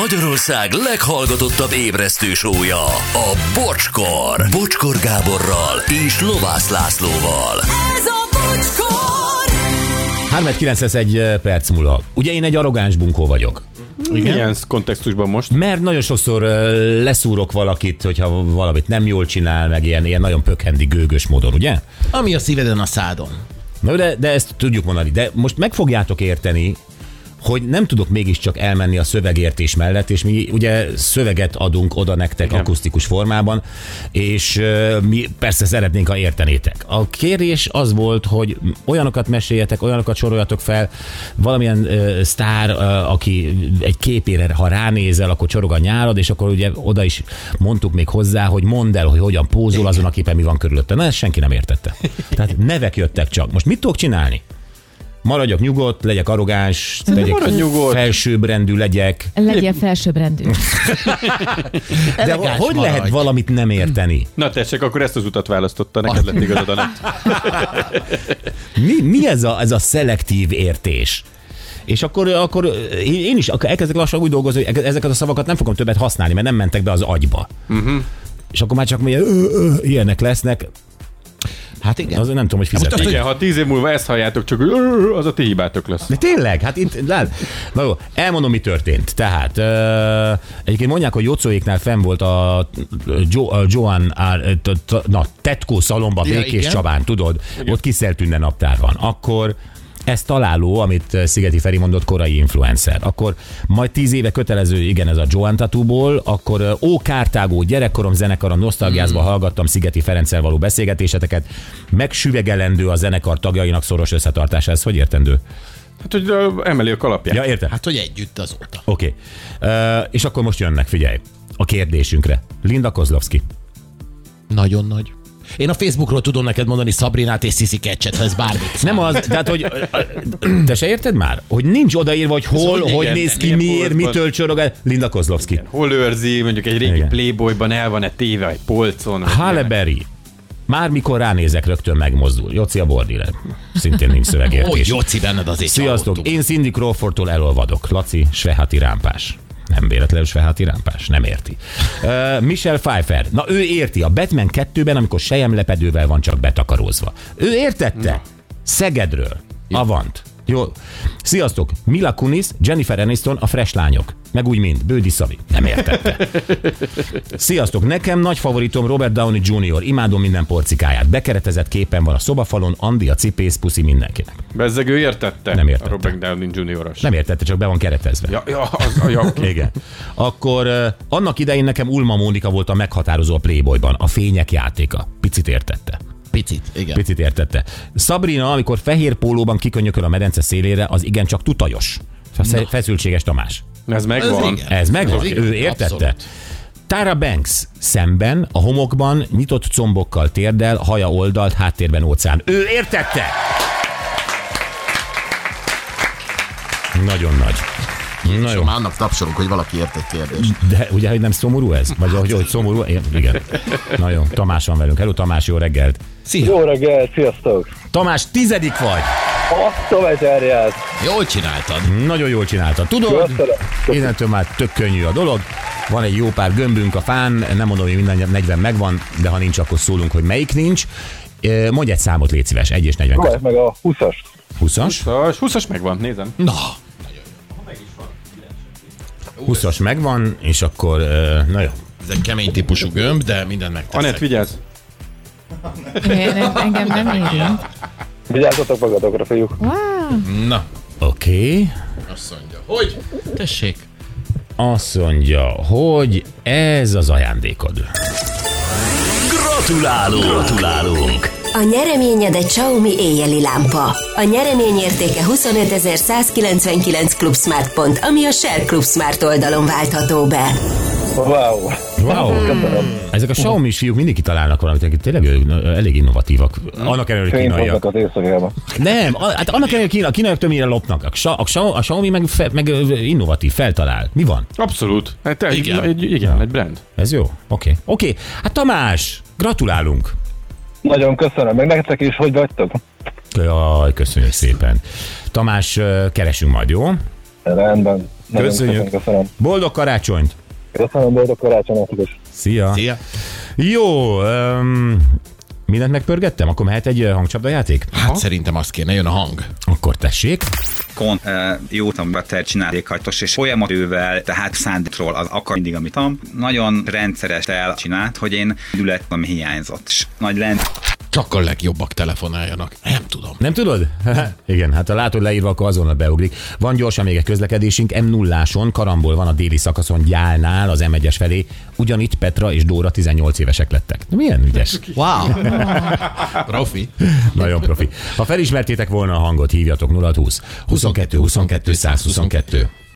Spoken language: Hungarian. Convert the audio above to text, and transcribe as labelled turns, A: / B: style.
A: Magyarország leghallgatottabb ébresztő sója, a Bocskor. Bocskor Gáborral és Lovász Lászlóval.
B: Ez a bocskor!
C: 3901 eh, perc múlva. Ugye én egy arrogáns bunkó vagyok.
D: Igen? Milyen kontextusban most?
C: Mert nagyon sokszor ö, leszúrok valakit, hogyha valamit nem jól csinál, meg ilyen, ilyen nagyon pökhendi, gőgös módon, ugye?
E: Ami a szíveden, a szádon.
C: Na, de, de ezt tudjuk mondani. De most meg fogjátok érteni, hogy nem tudok mégiscsak elmenni a szövegértés mellett, és mi ugye szöveget adunk oda nektek Igen. akusztikus formában, és ö, mi persze szeretnénk, ha értenétek. A kérés az volt, hogy olyanokat meséljetek, olyanokat soroljatok fel, valamilyen ö, sztár, ö, aki egy képére, ha ránézel, akkor csorog a nyálad, és akkor ugye oda is mondtuk még hozzá, hogy mondd el, hogy hogyan pózol azon a képen, mi van körülötte. Na, ezt senki nem értette. Tehát nevek jöttek csak. Most mit tudok csinálni? maradjak nyugodt, legyek arrogáns, legyek
D: maradj nyugodt.
C: felsőbbrendű legyek.
F: Legyél felsőbbrendű.
C: De hogy lehet valamit nem érteni?
D: Na tessék, akkor ezt az utat választotta, neked
C: Ah.
D: lett igazad a nap.
C: Mi, mi ez, a, ez a szelektív értés? És akkor, akkor én én is akkor elkezdek lassan úgy dolgozni, hogy e- ezeket a szavakat nem fogom többet használni, mert nem mentek be az agyba. Uh-huh.
D: Mhm.
C: És akkor már csak mondja, ö, ö, ilyenek lesznek.
E: Hát igen.
C: Az, nem tudom, hogy
E: most
C: fizetni.
D: Igen, ha tíz év múlva ezt halljátok, csak hogy "Ö, az a ti hibátok lesz.
C: De tényleg, hát itt, lát, na jó, elmondom, mi történt. Tehát, ö, egyébként mondják, hogy Jocóéknál fenn volt a, jo, a Joan, a, t- t- na, Tetkó szalomba,
E: Ja,
C: Békés
E: igen.
C: Csabán, tudod? Ott kiszelt tünne naptár van. Akkor ez találó, amit ö, Szigeti Feri mondott, korai influencer. Akkor majd tíz éve kötelező, igen, ez a Joan Tatúból, akkor ö, Ó Kártágó gyerekkorom zenekara nosztalgiázva
E: Hmm.
C: hallgattam Szigeti Ferenccel való beszélgetéseteket, megsüvegelendő a zenekar tagjainak szoros összetartása. Ez hogy értendő?
D: Hát, hogy ö, emeli a kalapját.
C: Ja, értem.
E: Hát, hogy együtt azóta.
C: Oké. Okay. Uh, és akkor most jönnek, figyelj, a kérdésünkre. Linda Kozlovski.
E: Nagyon nagy. Én a Facebookról tudom neked mondani Szabrinát és Sissi Ketchet, ha ez bármit.
C: Nem az, tehát, hogy te se érted már? Hogy nincs odaírva, hogy hol,
D: hogy
C: hogy, hogy
D: igen,
C: néz ki,
D: milyen
C: miért,
D: polcban.
C: mitől csorog. Linda Kozlovski.
D: Hol őrzi, mondjuk egy régi
C: Igen.
D: Playboyban el van-e téve egy polcon. vagy
C: Halle
D: ilyenek.
C: Berry. Már mikor ránézek, rögtön megmozdul. Joci a bordile. Szintén nincs
E: Ó,
C: szövegértés.
E: Jóci, benned azért
C: Hát Sziasztok,
E: csalódtunk.
C: én Cindy Crawfordtól elolvadok. Laci, sveháti rámpás. Nem véletlenül sveháti rámpás, nem érti. Uh, Michelle Pfeiffer. Na ő érti, a Batman 2-ben, amikor sejemlepedővel van csak betakarózva. Ő értette? Szegedről. Avant. Jó. Sziasztok, Mila Kunis, Jennifer Aniston, a fresh lányok. Meg úgy mind, Bődi Szavi. Nem értette. Sziasztok, nekem nagy favoritom Robert Downey Jr. Imádom minden porcikáját. Bekeretezett képen van a szobafalon, Andi a cipész, puszi mindenkinek.
D: Bezzeg ő értette?
C: Nem értette.
D: A Robert Downey jr -os.
C: Nem értette, csak be van keretezve.
D: Ja, ja, az, ja, oké.
C: Igen. Akkor uh, annak idején nekem Ulma Mónika volt a meghatározó a Playboyban. A fények játéka. Picit értette.
E: Picit, igen.
C: Picit értette. Sabrina, amikor fehér pólóban kikönyököl a medence szélére, az igencsak tutajos. Fe- Feszültséges Tamás.
D: Ez megvan.
E: igen.
C: Ez megvan,
E: Ez igen,
C: ő értette.
E: abszolút.
C: Tara Banks szemben, a homokban, nyitott combokkal térdel, haja oldalt, háttérben óceán. Ő értette! Nagyon nagy. Na jó.
E: Már annak tapsolunk, hogy valaki ért egy kérdést.
C: De ugye, hogy nem szomorú ez? Vagy hogy, hogy szomorú? Én, igen. Na jó, Tamás van velünk. Hello Tamás, jó reggelt.
E: Szia!
G: Jó reggel, sziasztok!
C: Tamás, tizedik vagy.
G: Azt a veterját!
E: Jól csináltad.
C: Nagyon jól csináltad. Tudod,
G: Köszönöm.
C: innentől már tök könnyű a dolog. Van egy jó pár gömbünk a fán, nem mondom, hogy minden 40 megvan, de ha nincs, akkor szólunk, hogy melyik nincs. Ö, Mondj egy számot, légy szíves, 1 és 40
G: Próbálj
C: között.
G: meg a 20-as.
C: 20-as?
D: Szóval 20-as megvan, nézem.
E: Na,
C: 20-as megvan, és akkor, ö, na jó.
E: ez egy kemény típusú gömb, de mindent
D: Anett,
E: megteszek.
D: vigyázz!
F: Én, engem nem érint.
G: Vigyázzatok magatokra, fiúk!
F: Wow.
E: Na,
C: Oké. Okay.
E: azt mondja, hogy? Tessék.
C: Azt mondja, hogy ez az ajándékod.
A: Gratulálunk! Gratulálunk!
B: A nyereményed egy Xiaomi éjjeli lámpa. A nyeremény értéke 25.199 Club Smart pont, ami a Shell Club Smart oldalon váltható be.
G: Wow!
C: Wow. Ezek a Xiaomi fiúk mindig kitalálnak valamit, akik tényleg ö, ö, elég innovatívak. Annak ellenére, hogy
G: Fényt hoznak
C: kínaiak.
G: az éjszakába.
C: Nem, a- hát annak ellenére, hogy kína- a kínaiak többnyire lopnak. A, Xia- a, Xia- a Xiaomi meg, fe, meg ö, innovatív, feltalál. Mi van?
D: Abszolút. Hát egy,
E: Igen.
D: igen. Egy, igen, egy brand.
C: Ez jó? Oké. Okay. Oké, okay. hát Tamás, gratulálunk.
G: Nagyon köszönöm, meg nektek is, hogy vagytok?
C: Jaj, köszönjük szépen. Tamás, ö, keresünk majd, jó?
G: Rendben. Nagyon
C: Köszönjük.
G: Köszönöm.
C: Boldog karácsonyt!
G: Köszönöm, boldog karácsonyt is.
C: Szia!
E: Szia.
C: Jó, um, mindent megpörgettem? Akkor mehet egy ö, hangcsapdajáték?
E: Hát szerintem azt kéne, jön a hang.
C: Akkor tessék.
H: kon e, jót, amiben te csinálékhajtos, és folyamatővel, tehát szándékról az akar mindig, amit tam. Nagyon rendszeres elcsinált, hogy én ület, ami hiányzott. És nagy lent
E: Csak a legjobbak telefonáljanak. Nem tudom.
C: Nem tudod? Igen, hát ha látod leírva, akkor azonnal beugrik. Van gyorsan még egy közlekedésünk, m 0 áson karambol van a déli szakaszon Gyálnál az M1-es felé. Ugyanitt Petra és Dóra 18 évesek lettek. Milyen ügyes.
E: Wow. Profi.
C: Nagyon profi. Ha felismertétek volna a hangot, hívjatok 0620 22 22 122.